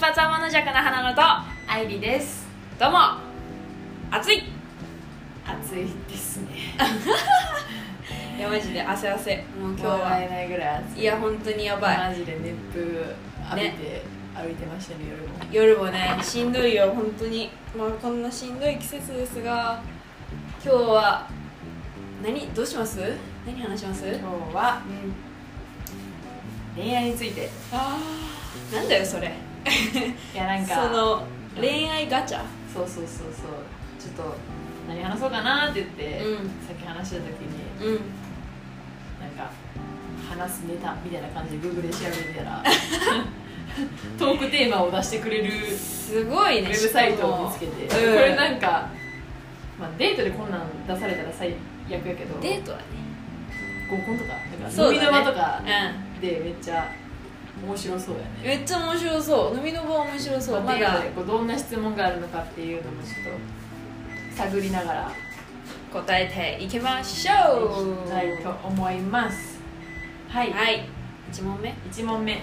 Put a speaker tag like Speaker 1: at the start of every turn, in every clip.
Speaker 1: 発は物弱な花野と
Speaker 2: アイリです
Speaker 1: どうも暑い
Speaker 2: 暑いですね
Speaker 1: いやマジで汗汗
Speaker 2: も
Speaker 1: 今
Speaker 2: う今
Speaker 1: 日
Speaker 2: 日
Speaker 1: は
Speaker 2: はえないぐらい暑い
Speaker 1: いや本当にやばい
Speaker 2: マジで熱風浴びて、歩いてましたね夜も
Speaker 1: 夜もねしんどいよ本当にまあこんなしんどい季節ですが今日は何どうします何話します
Speaker 2: 今日は恋愛について
Speaker 1: あーなんだよそれ
Speaker 2: いやなんか
Speaker 1: その恋愛ガチャ
Speaker 2: そうそうそうそうちょっと何話そうかなって言って、
Speaker 1: うん
Speaker 2: さっき話した時に
Speaker 1: うん
Speaker 2: なんか話すネタみたいな感じで Google で調べてた らトークテーマを出してくれる
Speaker 1: すごい
Speaker 2: ウ
Speaker 1: ね
Speaker 2: ェブサイトを見つけて、
Speaker 1: しかも
Speaker 2: これなんか、まあ、デートでこんなん出されたら最悪やけど
Speaker 1: デートはね
Speaker 2: 合コンとかなんか
Speaker 1: そ
Speaker 2: 飲
Speaker 1: う
Speaker 2: み
Speaker 1: だね
Speaker 2: の場とか
Speaker 1: う
Speaker 2: でめっちゃ面白そうやね
Speaker 1: んめっちゃ面白そう飲みの場面白そう
Speaker 2: ま
Speaker 1: ま
Speaker 2: あ、デー
Speaker 1: だ
Speaker 2: トでこうどんな質問があるのかっていうのもちょっと探りながらい
Speaker 1: 答えていきましょう
Speaker 2: きたいと思いますはい、
Speaker 1: はい1問目
Speaker 2: 1問目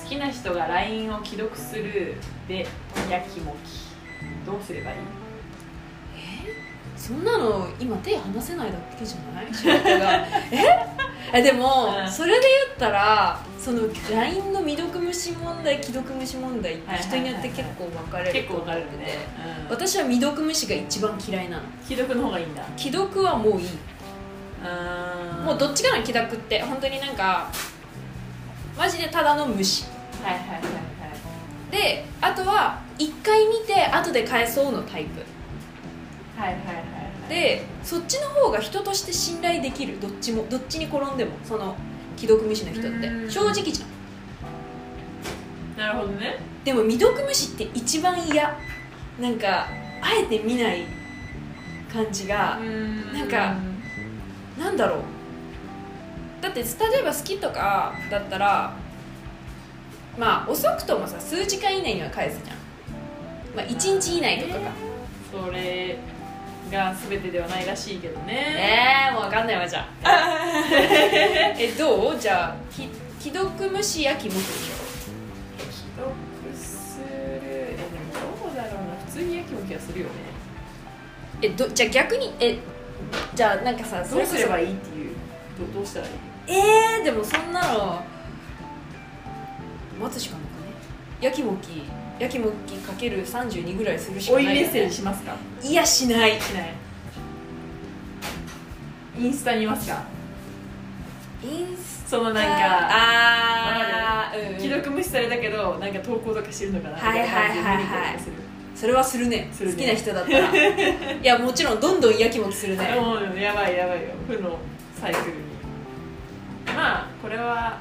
Speaker 2: 好きな人が LINE を既読するでやきもきどうすればいい
Speaker 1: そんなの今手離せないだけじゃ ない仕事がええでも、
Speaker 2: うん
Speaker 1: それで言ったらその LINE の未読無視問題既読無視問題って人によって結構分かれる
Speaker 2: 結
Speaker 1: と
Speaker 2: 構
Speaker 1: 思
Speaker 2: わかる
Speaker 1: ってて
Speaker 2: ね、うん、
Speaker 1: 私は未読無視が一番嫌いなの
Speaker 2: 既読の方がいいんだ
Speaker 1: 既読はもういいも
Speaker 2: も
Speaker 1: うどっちかの既読って本当になんかマジでただの無視
Speaker 2: はいはいはいはい
Speaker 1: であとは1回見て後で返そうのタイプ
Speaker 2: はいはいはいはい
Speaker 1: でそっちの方が人として信頼できるどっちもどっちに転んでもその既読無視の人って
Speaker 2: うん
Speaker 1: 正直じゃん
Speaker 2: なるほどね
Speaker 1: でも未読無視って一番嫌なんかあえて見ない感じが、なんかなんだろうだって例えば好きとかだったらまあ遅くともさ数時間以内には返すじゃんまあ1日以内とかか
Speaker 2: それが全てではないらしいけどね
Speaker 1: えー、もう分かんないわじゃあ えどうじゃあき既読無視やきもくでしょ
Speaker 2: 既読するえでもどうだろうな普通にやきもきはするよね
Speaker 1: えどじゃあ逆にえじゃあなんかさ
Speaker 2: どうすれば
Speaker 1: いい
Speaker 2: いいっていうどどうしたらいい
Speaker 1: えー、でもそんなの待つしかなくねやきもきやきもきかける32ぐらいするしか
Speaker 2: 追
Speaker 1: ないい、
Speaker 2: メッセージしますか
Speaker 1: いやしない
Speaker 2: しないインスタにいますか
Speaker 1: インス
Speaker 2: その
Speaker 1: タ
Speaker 2: なんか
Speaker 1: あー、うん、
Speaker 2: 既読無視されたけどなんか投稿とかしてるのかなみたな感じで見に行ったりとかする
Speaker 1: それはするね
Speaker 2: するね
Speaker 1: 好きな人だったらいやもちろんどんどんやきもきするね
Speaker 2: もうやばいやばいよ負のサイクルにまあこれは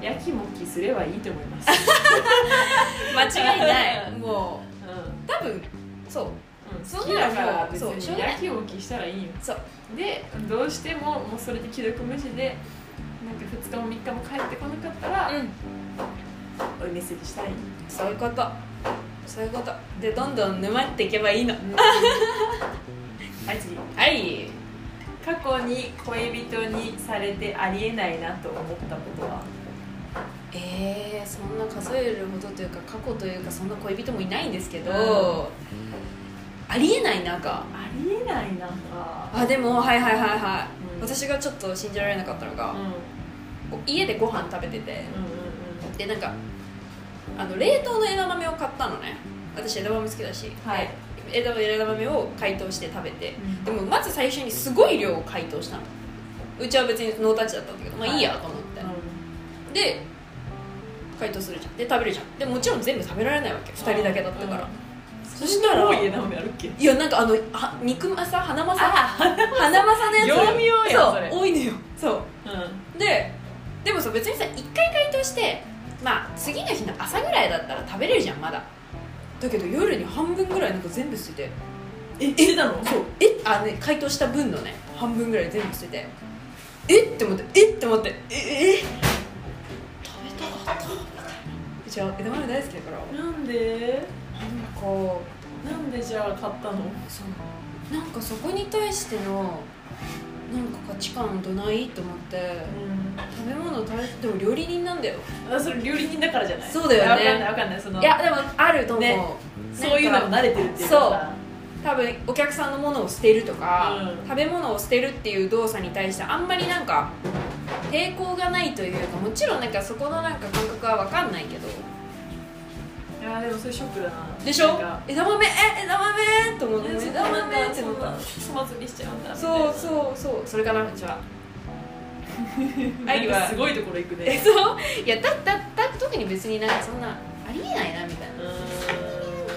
Speaker 2: やきもきすればいいと思います、
Speaker 1: 間違いないもう
Speaker 2: う
Speaker 1: 多分そうん
Speaker 2: うん、
Speaker 1: そ
Speaker 2: 好
Speaker 1: ん
Speaker 2: き
Speaker 1: な
Speaker 2: だ
Speaker 1: の
Speaker 2: から別
Speaker 1: そうしょう
Speaker 2: に
Speaker 1: がない
Speaker 2: やきもきしたらいいよ
Speaker 1: そう
Speaker 2: でどうしてももうそれで既読無視でなんか2日も3日も帰ってこなかったら、
Speaker 1: うん
Speaker 2: おメッセージしたらいい、
Speaker 1: そういうことそういうことでどんどん沼っていけばいいの
Speaker 2: はい次
Speaker 1: はい
Speaker 2: 過去に恋人にされてありえないなと思ったことは
Speaker 1: えー、そんな数えるほどというか過去というかそんな恋人もいないんですけど、
Speaker 2: うん
Speaker 1: ありえないなんか
Speaker 2: ありえないなか
Speaker 1: あでもはいはいはいはい、
Speaker 2: うん
Speaker 1: 私がちょっと信じられなかったのが
Speaker 2: うん、うん、うん
Speaker 1: こう家でご飯食べてて
Speaker 2: うん
Speaker 1: でなんかあの冷凍の枝豆を買ったのね私枝豆好きだし、
Speaker 2: はい
Speaker 1: で枝豆枝豆を解凍して食べて、
Speaker 2: うん
Speaker 1: でもまず最初にすごい量を解凍したのうちは別にノータッチだったんだけどまあいいやと思って、で解凍するじゃんで食べるじゃんでもちろん全部食べられないわけ2人だけだったから、そしたら
Speaker 2: 多い枝豆あるっけ
Speaker 1: いやなんかあのは肉まさ花まさ
Speaker 2: あ
Speaker 1: 花まさのやつ
Speaker 2: 業務用やんそれ
Speaker 1: そう多いのよそ
Speaker 2: うん
Speaker 1: うででもさ別にさ1回解凍してまあ次の日の朝ぐらいだったら食べれるじゃんまだだけど夜に半分ぐらいなんか全部捨てて
Speaker 2: えしてたの
Speaker 1: そうえあね解凍した分のね半分ぐらい全部捨ててえって思ってえって思ってええ食べたかったみたいなうちは枝豆大好きだからなん
Speaker 2: なんで
Speaker 1: か
Speaker 2: なんでじゃあ買ったの
Speaker 1: そうなんかそこに対してのなんか価値観どないと思って食べ物食べても料理人なんだよ
Speaker 2: うん、それ料理人だからじゃない
Speaker 1: そうだよね
Speaker 2: わかんないわかんないその
Speaker 1: いやでもあると思う、
Speaker 2: ねそういうのも慣れてるっていうかさ
Speaker 1: 多分お客さんのものを捨てるとか、
Speaker 2: うん
Speaker 1: 食べ物を捨てるっていう動作に対してあんまりなんか抵抗がないというかもちろんなんかそこのなんか感覚は分かんないけど
Speaker 2: いやでもそれショックだな
Speaker 1: でしょ
Speaker 2: なんか
Speaker 1: 枝豆え枝豆と思って
Speaker 2: ね
Speaker 1: 枝豆って思った
Speaker 2: 粗末にしちゃうんだ
Speaker 1: そう
Speaker 2: う
Speaker 1: そうそうそれかなうちは愛
Speaker 2: 愛
Speaker 1: は
Speaker 2: はすごいところ行く
Speaker 1: え
Speaker 2: ね
Speaker 1: そういやだだだ特に別になんかそんなありえないなみたいな
Speaker 2: う
Speaker 1: なん
Speaker 2: ん
Speaker 1: か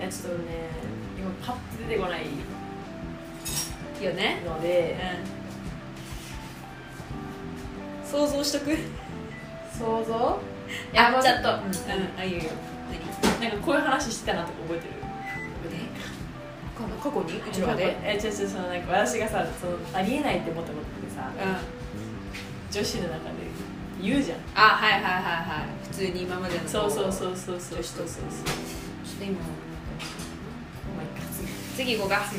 Speaker 2: いやちょっとね今パッと出てこない
Speaker 1: いいよね
Speaker 2: ので
Speaker 1: うん想像しとく
Speaker 2: 想像
Speaker 1: あ
Speaker 2: まあ
Speaker 1: ちょっと
Speaker 2: うん
Speaker 1: うんあいいよいいよ
Speaker 2: なんかこういう話してたなとか覚えてる
Speaker 1: 何過去にうちらで
Speaker 2: え違う違うそのなんか私がさそのありえないって思ったことってさ
Speaker 1: うん
Speaker 2: 女子の中で言うじゃん
Speaker 1: あはいはいはいはい普通に今までの
Speaker 2: そうそう
Speaker 1: う
Speaker 2: そうそうそうそうそうそう
Speaker 1: ちょっと今
Speaker 2: お前か次
Speaker 1: 次行こうか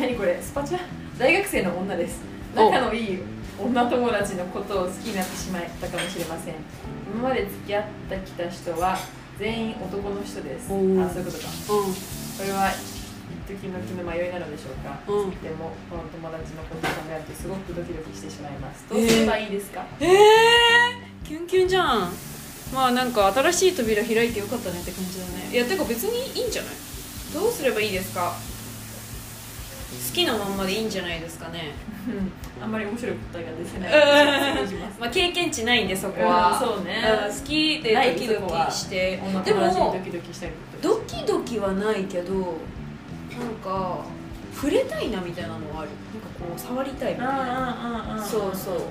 Speaker 2: 何これスパチャ大学生の女です
Speaker 1: お
Speaker 2: 仲のいい女友達のことを好きになってしまったかもしれません今まで付き合ってきた人は全員男の人ですあ
Speaker 1: お
Speaker 2: そう
Speaker 1: ー
Speaker 2: いうことか
Speaker 1: う
Speaker 2: これは一時の気の迷いなのでしょうか
Speaker 1: んうん
Speaker 2: でもこの友達のことを考えるとすごくドキドキしてしまいます
Speaker 1: えー
Speaker 2: どうすればいいですか、
Speaker 1: ええー、キュンキュンじゃんまあなんか新しい扉開いてよかったねって感じだねいやてか別にいいんじゃないどうすればいいですか好きなまんまでいいんじゃないですかね
Speaker 2: うんあんまり面白い答えが出てない
Speaker 1: うん
Speaker 2: 失礼します
Speaker 1: まあ経験値ないんでそこ
Speaker 2: う
Speaker 1: は、
Speaker 2: んそうね
Speaker 1: ん好きでドキドキして
Speaker 2: 女
Speaker 1: で
Speaker 2: 友達に
Speaker 1: も
Speaker 2: ドキドキしたりとか
Speaker 1: ドキドキはないけどなんか触れたいなみたいなのはあるなんかこう触りたいみたいな
Speaker 2: うんうんうんうん
Speaker 1: そうそうん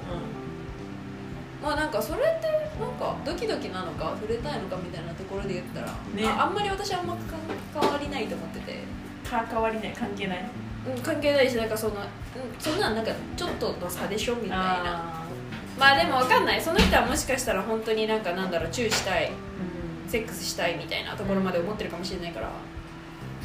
Speaker 1: まあなんかそれってなんかドキドキなのか触れたいのかみたいなところで言ったら、
Speaker 2: ね
Speaker 1: ああんまり私はあんま関わりないと思ってて、
Speaker 2: 関わりない関係ない
Speaker 1: うん、関係ないしなんかその、うん、そんなんなんかちょっとの差でしょみたいな
Speaker 2: あ
Speaker 1: まあでもわかんないその人はもしかしたら本当になんかなんだろうチューしたい
Speaker 2: ー
Speaker 1: セックスしたいみたいなところまで思ってるかもしれないから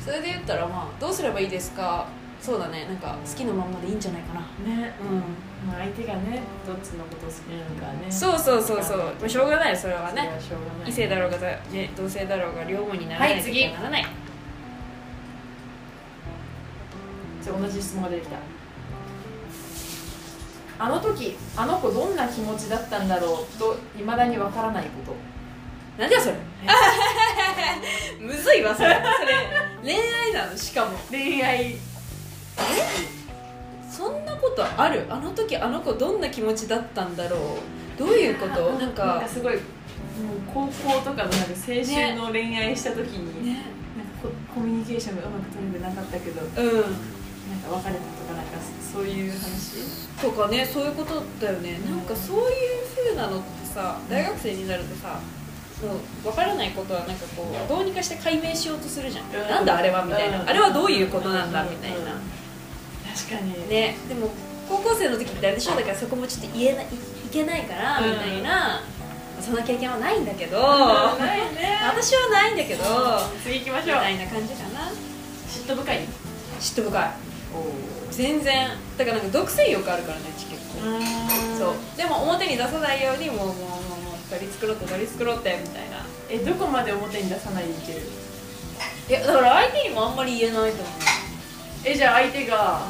Speaker 1: それで言ったらまあどうすればいいですかそうだねなんか好きのまんまでいいんじゃないかな
Speaker 2: ね、
Speaker 1: う
Speaker 2: まあ、相手がねどっちのこと好きなのかね
Speaker 1: ん
Speaker 2: う
Speaker 1: そうそうそうそうもうしょうがないそれはね
Speaker 2: ねしょうがない
Speaker 1: 異性だろうが、ね、同性だろうが両方にならな
Speaker 2: はいい
Speaker 1: と
Speaker 2: 次
Speaker 1: ならない、
Speaker 2: じゃあ同じ質問が出てきたあの時あの子どんな気持ちだったんだろうといまだにわからないこと
Speaker 1: なんじゃそれ むずいわそれそれ恋愛なのしかも
Speaker 2: 恋愛
Speaker 1: そんなことあるあの時あの子どんな気持ちだったんだろうどういうことなんか
Speaker 2: すごいもう高校とかのなんか青春の恋愛した時に、
Speaker 1: ね
Speaker 2: なんかココミュニケーションがうまく取れてなかったけどなんか
Speaker 1: うん
Speaker 2: 別れたとかなんかそういう話
Speaker 1: とかねそういうことだよねなんかそういう風なのってさ大学生になるとさもう分からないことはなんかこうどうにかして解明しようとするじゃん、
Speaker 2: うん
Speaker 1: なんだあれはみたいな、
Speaker 2: うん
Speaker 1: あれはどういうことなんだ
Speaker 2: うん
Speaker 1: みたいな、
Speaker 2: 確かに
Speaker 1: ねでも高校生の時ってあれでしょだからそこもちょっと言えないいいけないから
Speaker 2: うん
Speaker 1: みたいな、そんな経験はないんだけど、
Speaker 2: ないね
Speaker 1: 私はないんだけど
Speaker 2: 次行きま
Speaker 1: み
Speaker 2: しょう
Speaker 1: たいな感じかな
Speaker 2: 嫉妬深い
Speaker 1: 嫉妬深い
Speaker 2: お
Speaker 1: 全然だからなんか独占欲あるからねうち結構そうでも表に出さないようにもうもうもうもう取り繕って取り繕ってみたいな
Speaker 2: えどこまで表に出さないでいける
Speaker 1: いやだから相手にもあんまり言えないと思う
Speaker 2: えじゃあ相手が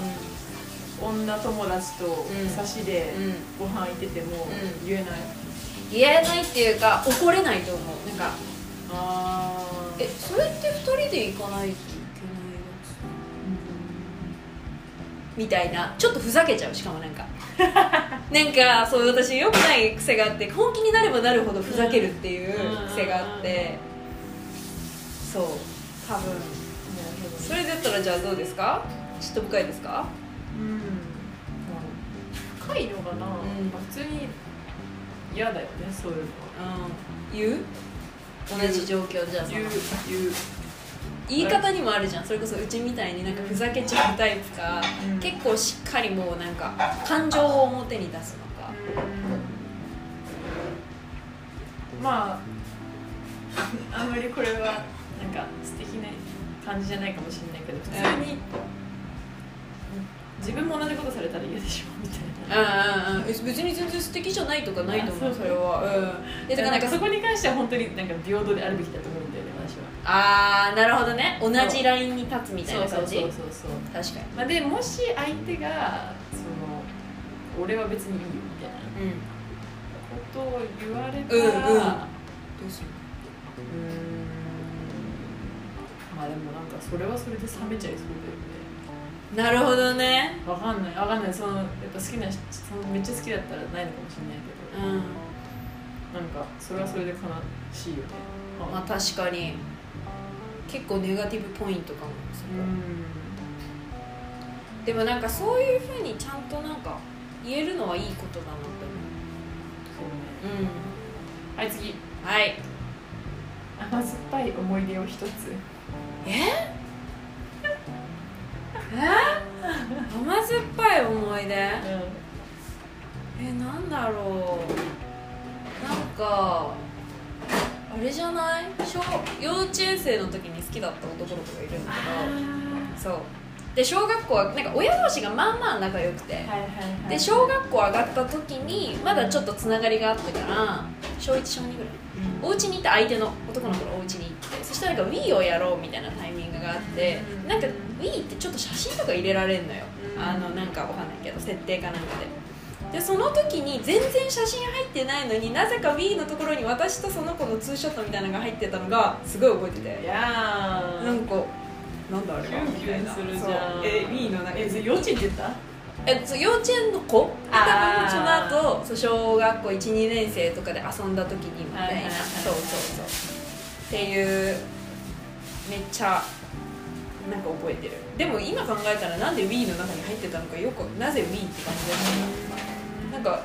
Speaker 2: 女友達と
Speaker 1: うん
Speaker 2: 差しで
Speaker 1: うん
Speaker 2: ご飯行ってても
Speaker 1: うん
Speaker 2: 言えない、
Speaker 1: 言えないっていうか怒れないと思うなんか
Speaker 2: あ
Speaker 1: え
Speaker 2: え
Speaker 1: それって2人で行かないといけないやつみたいなちょっとふざけちゃうしかもなん かなんかそういう私よくない癖があって本気になればなるほどふざけるっていう癖があってそう多分
Speaker 2: なるほど
Speaker 1: それだったらじゃあどうですか嫉妬深いですか
Speaker 2: うん深いのか
Speaker 1: ん
Speaker 2: な、まあ普通に嫌だよねそういうのは
Speaker 1: うん言う
Speaker 2: 言う
Speaker 1: 同じ状況じゃんその
Speaker 2: 言う言う
Speaker 1: 言い方にもあるじゃんそれこそうちみたいになんかふざけちゃうタイプか、
Speaker 2: うん
Speaker 1: 結構しっかりもうなんか感情を表に出すのか
Speaker 2: まああんまりこれはなんか素敵な感じじゃないかもしれないけど普通に、自分も同じことされたら嫌でしょみたいな
Speaker 1: うんうんうん別に全然素敵じゃないとかないと思う
Speaker 2: あそ
Speaker 1: そうれはうんでだ
Speaker 2: だ
Speaker 1: からなんん
Speaker 2: からなか
Speaker 1: か
Speaker 2: そこに関しては本当になんか平等であるべきだと思うんだよね私は
Speaker 1: ああなるほどね同じラインに立つみたいな感じ
Speaker 2: そうそう
Speaker 1: 確か
Speaker 2: まあ、でもし相手がその俺は別にいいよみたいな
Speaker 1: にうん
Speaker 2: ことを言われた
Speaker 1: うんうん
Speaker 2: ら、
Speaker 1: どうしよ
Speaker 2: うーんまあでもなんかそれはそれで冷めちゃいそうだよね
Speaker 1: うなるほどね
Speaker 2: わかんないわかんないそのやっぱ好きな人そのめっちゃ好きだったらないのかもしれないけ
Speaker 1: う
Speaker 2: ど、
Speaker 1: ん
Speaker 2: なんかそれはそれで悲しいよね
Speaker 1: まあ確かに結構ネガティブポイントかもそうこ
Speaker 2: ん
Speaker 1: でもなんかそういうふうにちゃんとなんか言えるのはいいことだなって
Speaker 2: そうね
Speaker 1: 思ううん
Speaker 2: はい次
Speaker 1: はい
Speaker 2: 甘酸っぱい思い出を一つ
Speaker 1: 甘酸っぱい思い出え
Speaker 2: う
Speaker 1: なんだろうなんかあれじゃない小幼稚園生の時に好きだった男の子がいるんだけどそうで小学校はなんか親同士がまあまあ仲良くて、
Speaker 2: はいはいはい
Speaker 1: で小学校上がった時にまだちょっとつながりがあったから小1小2ぐらい
Speaker 2: うん
Speaker 1: お家にいた相手の男の子のお家に行ってそしたらなんか Wii をやろうみたいなタイミングがあって
Speaker 2: うん
Speaker 1: なんか Wii ってちょっと写真とか入れられるのよ
Speaker 2: うん
Speaker 1: あのなんかわかんないけど設定かなんかででその時に全然写真入ってないのになぜか Wii のところに私とその子のツーショットみたいなのが入ってたのがすごい覚えて
Speaker 2: い
Speaker 1: て
Speaker 2: やー
Speaker 1: なんかなんだあれ
Speaker 2: キ
Speaker 1: は
Speaker 2: ュン
Speaker 1: み
Speaker 2: キ
Speaker 1: たい
Speaker 2: ュン
Speaker 1: な
Speaker 2: するじゃ
Speaker 1: そう
Speaker 2: ん
Speaker 1: え Wii の中
Speaker 2: えそれ幼稚園って言った
Speaker 1: えそう幼稚園の子多
Speaker 2: あ
Speaker 1: 分そ
Speaker 2: ー
Speaker 1: の後そう小学校12年生とかで遊んだ時にみた
Speaker 2: はい
Speaker 1: い
Speaker 2: はいは
Speaker 1: ないそうそうそうっていうめっちゃなんか覚えてるでも今考えたらなんで Wii の中に入ってたのかよくなぜ Wii って感じだったのかなんか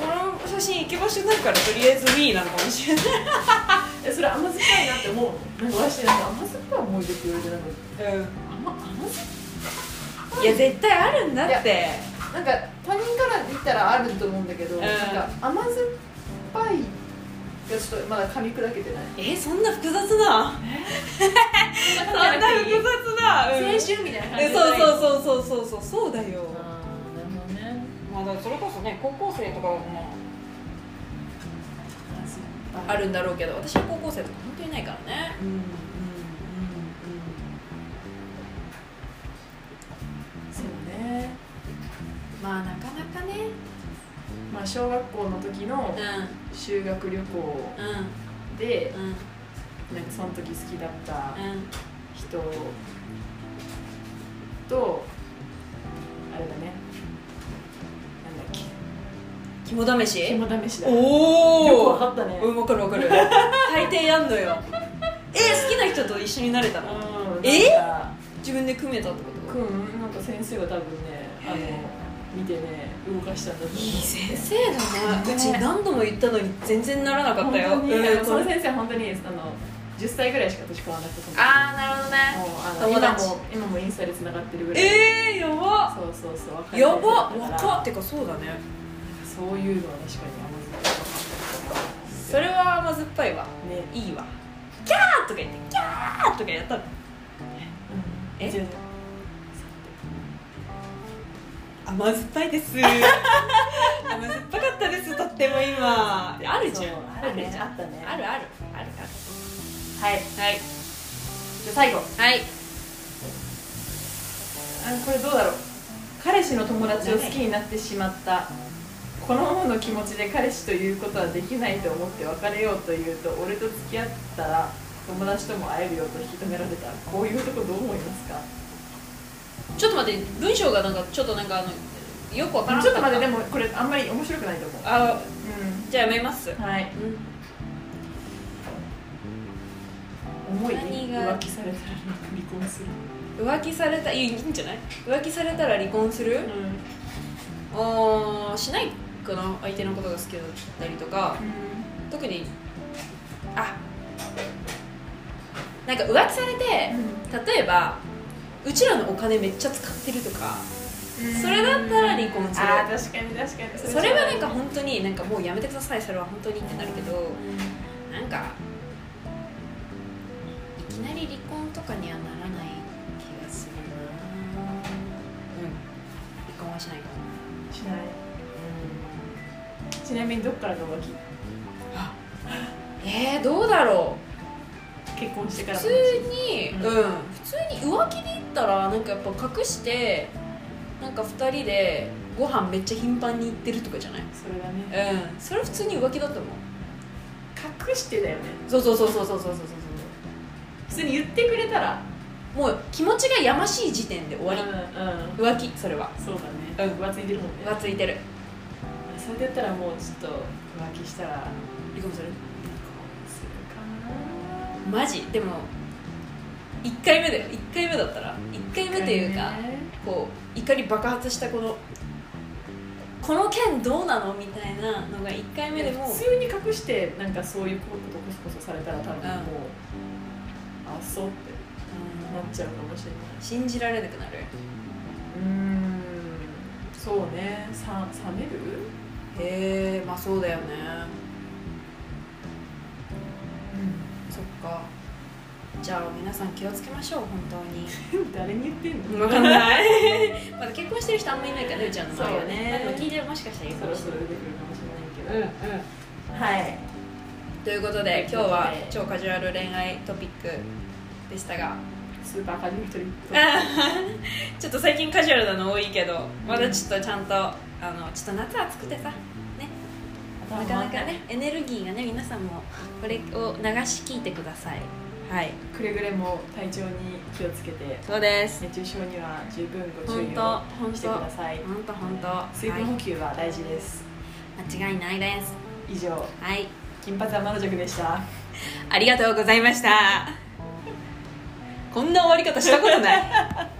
Speaker 1: この写真行け場所ないからとりあえず Wii なのかもしれない
Speaker 2: えそれ甘酸っぱいなって思うのなんか私なんか甘酸っぱい思い出って言われてなんか甘甘酸っ
Speaker 1: うんいや絶対あるんだ
Speaker 2: いや
Speaker 1: って
Speaker 2: ぱいなんか他人から見たらあると思うんだけど、
Speaker 1: ん
Speaker 2: なんか甘酸っぱいがちょっとまだ噛み砕けてない
Speaker 1: えそんな複雑なそんな複雑な、うん、
Speaker 2: 春みたいな
Speaker 1: えそうそうそうそうそうそうそうだよ
Speaker 2: あーなるほどね
Speaker 1: まあだからそれこそね高校生とかはね
Speaker 2: 甘酸っぱい
Speaker 1: あるんだろうけど私は高校生とか本当にないからね
Speaker 2: うんうんうんそうね
Speaker 1: まあなかなかね
Speaker 2: まあ小学校の時の
Speaker 1: う
Speaker 2: 修学旅行
Speaker 1: んうん
Speaker 2: で
Speaker 1: うん
Speaker 2: なんかその時好きだった
Speaker 1: うん
Speaker 2: 人とあれだねなんだっけ
Speaker 1: 肝試し
Speaker 2: 肝試しだよく
Speaker 1: お
Speaker 2: わかったね
Speaker 1: うん分かる分かる大抵やんのよえ好きな人と一緒になれたのえ自分で組めたってこと
Speaker 2: くんなんか先生が多分ねあ
Speaker 1: へ
Speaker 2: の見てね動かしたんだと思う
Speaker 1: いい先生だね
Speaker 2: ね
Speaker 1: うち何度も言ったのに全然ならなかったよ
Speaker 2: 本当にあ
Speaker 1: う
Speaker 2: の
Speaker 1: ん
Speaker 2: その先生は本当にあの10歳ぐらいしか年変わらなくて
Speaker 1: ああなるほどね
Speaker 2: もうあ
Speaker 1: 友
Speaker 2: の今
Speaker 1: 達
Speaker 2: も今もインスタでつながってるぐらい
Speaker 1: ええー、やば
Speaker 2: そうそうそう若い
Speaker 1: やば
Speaker 2: 先生だから
Speaker 1: 若ってかそうだね
Speaker 2: そういうのは確かに甘酸っ
Speaker 1: それは甘酸っぱいわ
Speaker 2: ぱいね
Speaker 1: いいわキャーとか言ってキャーとかやったのえ
Speaker 2: 違う違う
Speaker 1: 甘酸っぱいです 甘酸っぱかったですとっても今あるじゃん
Speaker 2: そうあるねあったね
Speaker 1: あるあるあるある
Speaker 2: はい
Speaker 1: はい
Speaker 2: じゃあ最後
Speaker 1: はい
Speaker 2: あこれどうだろう彼氏の友達を好きになってしまったこのままの気持ちで彼氏ということはできないと思って別れようというと俺と付き合ったら友達とも会えるよと引き止められたこういうとこどう思いますか
Speaker 1: ちょっと待って文章がなんかちょっとなんかあのよくわからな
Speaker 2: ち
Speaker 1: か
Speaker 2: ょっと待ってで
Speaker 1: も
Speaker 2: もこれあんまり面白くないと思う
Speaker 1: あ
Speaker 2: う
Speaker 1: じゃあやめます
Speaker 2: んはい
Speaker 1: うん
Speaker 2: 思いで
Speaker 1: 何が
Speaker 2: 浮気されたら離婚する
Speaker 1: 浮気されたいやいいんじゃない浮気されたら離婚する
Speaker 2: うんうん
Speaker 1: あーしないかな相手のことが好きだったりとか特にあなんか浮気されて例えばうちらのお金めっちゃ使ってるとかそれだったら離婚する
Speaker 2: あー確かに確かに
Speaker 1: それはなんか本当になんかもうやめてくださいそれは本当にってなるけどなんかいきなり離婚とかにはならない気がするなうんしない
Speaker 2: しないちなみにどっからが浮気
Speaker 1: えー、どうだろう
Speaker 2: 結婚してか
Speaker 1: 普通
Speaker 2: ら
Speaker 1: に、
Speaker 2: うん
Speaker 1: うん普通に浮気で言ったらなんかやっぱ隠してなんか2人でご飯めっちゃ頻繁に行ってるとかじゃない
Speaker 2: それだね
Speaker 1: うんそれ普通に浮気だと思う
Speaker 2: 隠してだよね
Speaker 1: そうそうそうそうそうそうそう
Speaker 2: 普通に言ってくれたら
Speaker 1: そうもう気持ちがやましい時点で終わり
Speaker 2: うんうん
Speaker 1: 浮気それは
Speaker 2: そうだ
Speaker 1: う
Speaker 2: ね
Speaker 1: ん
Speaker 2: 浮ついてるもんね
Speaker 1: 浮ついてる
Speaker 2: それで言ったらもうちょっと浮気したら離
Speaker 1: 離婚する
Speaker 2: 婚するかな
Speaker 1: マジでも1回目だよ1回目だったら1回目というかこう怒り爆発したこのこの件どうなのみたいなのが1回目でも
Speaker 2: 普通に隠してなんかそういうことをコソコソされたら多分もう、あそうって
Speaker 1: うん
Speaker 2: なっちゃうかもしれない
Speaker 1: 信じられなくなる
Speaker 2: うーんそうねさ冷める
Speaker 1: へえまあそうだよねそっかじゃあ皆さん気をつけましょう本当
Speaker 2: 誰に言ってん
Speaker 1: に
Speaker 2: の
Speaker 1: 分かんない まだ結婚してる人あんまいないからねうちゃんの周りは
Speaker 2: そうね
Speaker 1: ねまあでも聞いてるもしかしたらいるか
Speaker 2: そろ
Speaker 1: もし
Speaker 2: そろ出てくるかもし
Speaker 1: れ
Speaker 2: れ
Speaker 1: な
Speaker 2: ないいけどはい
Speaker 1: ということで今日
Speaker 2: と
Speaker 1: は
Speaker 2: いうことで
Speaker 1: 超カジュアル恋愛トピックでしたが
Speaker 2: スーパーカジュアルトリップ
Speaker 1: ちょっと最近カジュアルなの多いけどまだちょっとちゃんとあのちょっと夏暑くてさなかなかねエネルギーがね皆さんもこれを流し聞いてくださいはい
Speaker 2: くれぐれも体調に気をつけて
Speaker 1: そうです
Speaker 2: 熱中症には十分ご注
Speaker 1: 本
Speaker 2: 意
Speaker 1: 当
Speaker 2: を
Speaker 1: 本
Speaker 2: して
Speaker 1: 当
Speaker 2: ください
Speaker 1: 本当本当
Speaker 2: 水分補給は大事です、
Speaker 1: 間違いないです
Speaker 2: 以上
Speaker 1: はい
Speaker 2: 金髪天の塾でした
Speaker 1: ありがとうございましたこんな終わり方したことない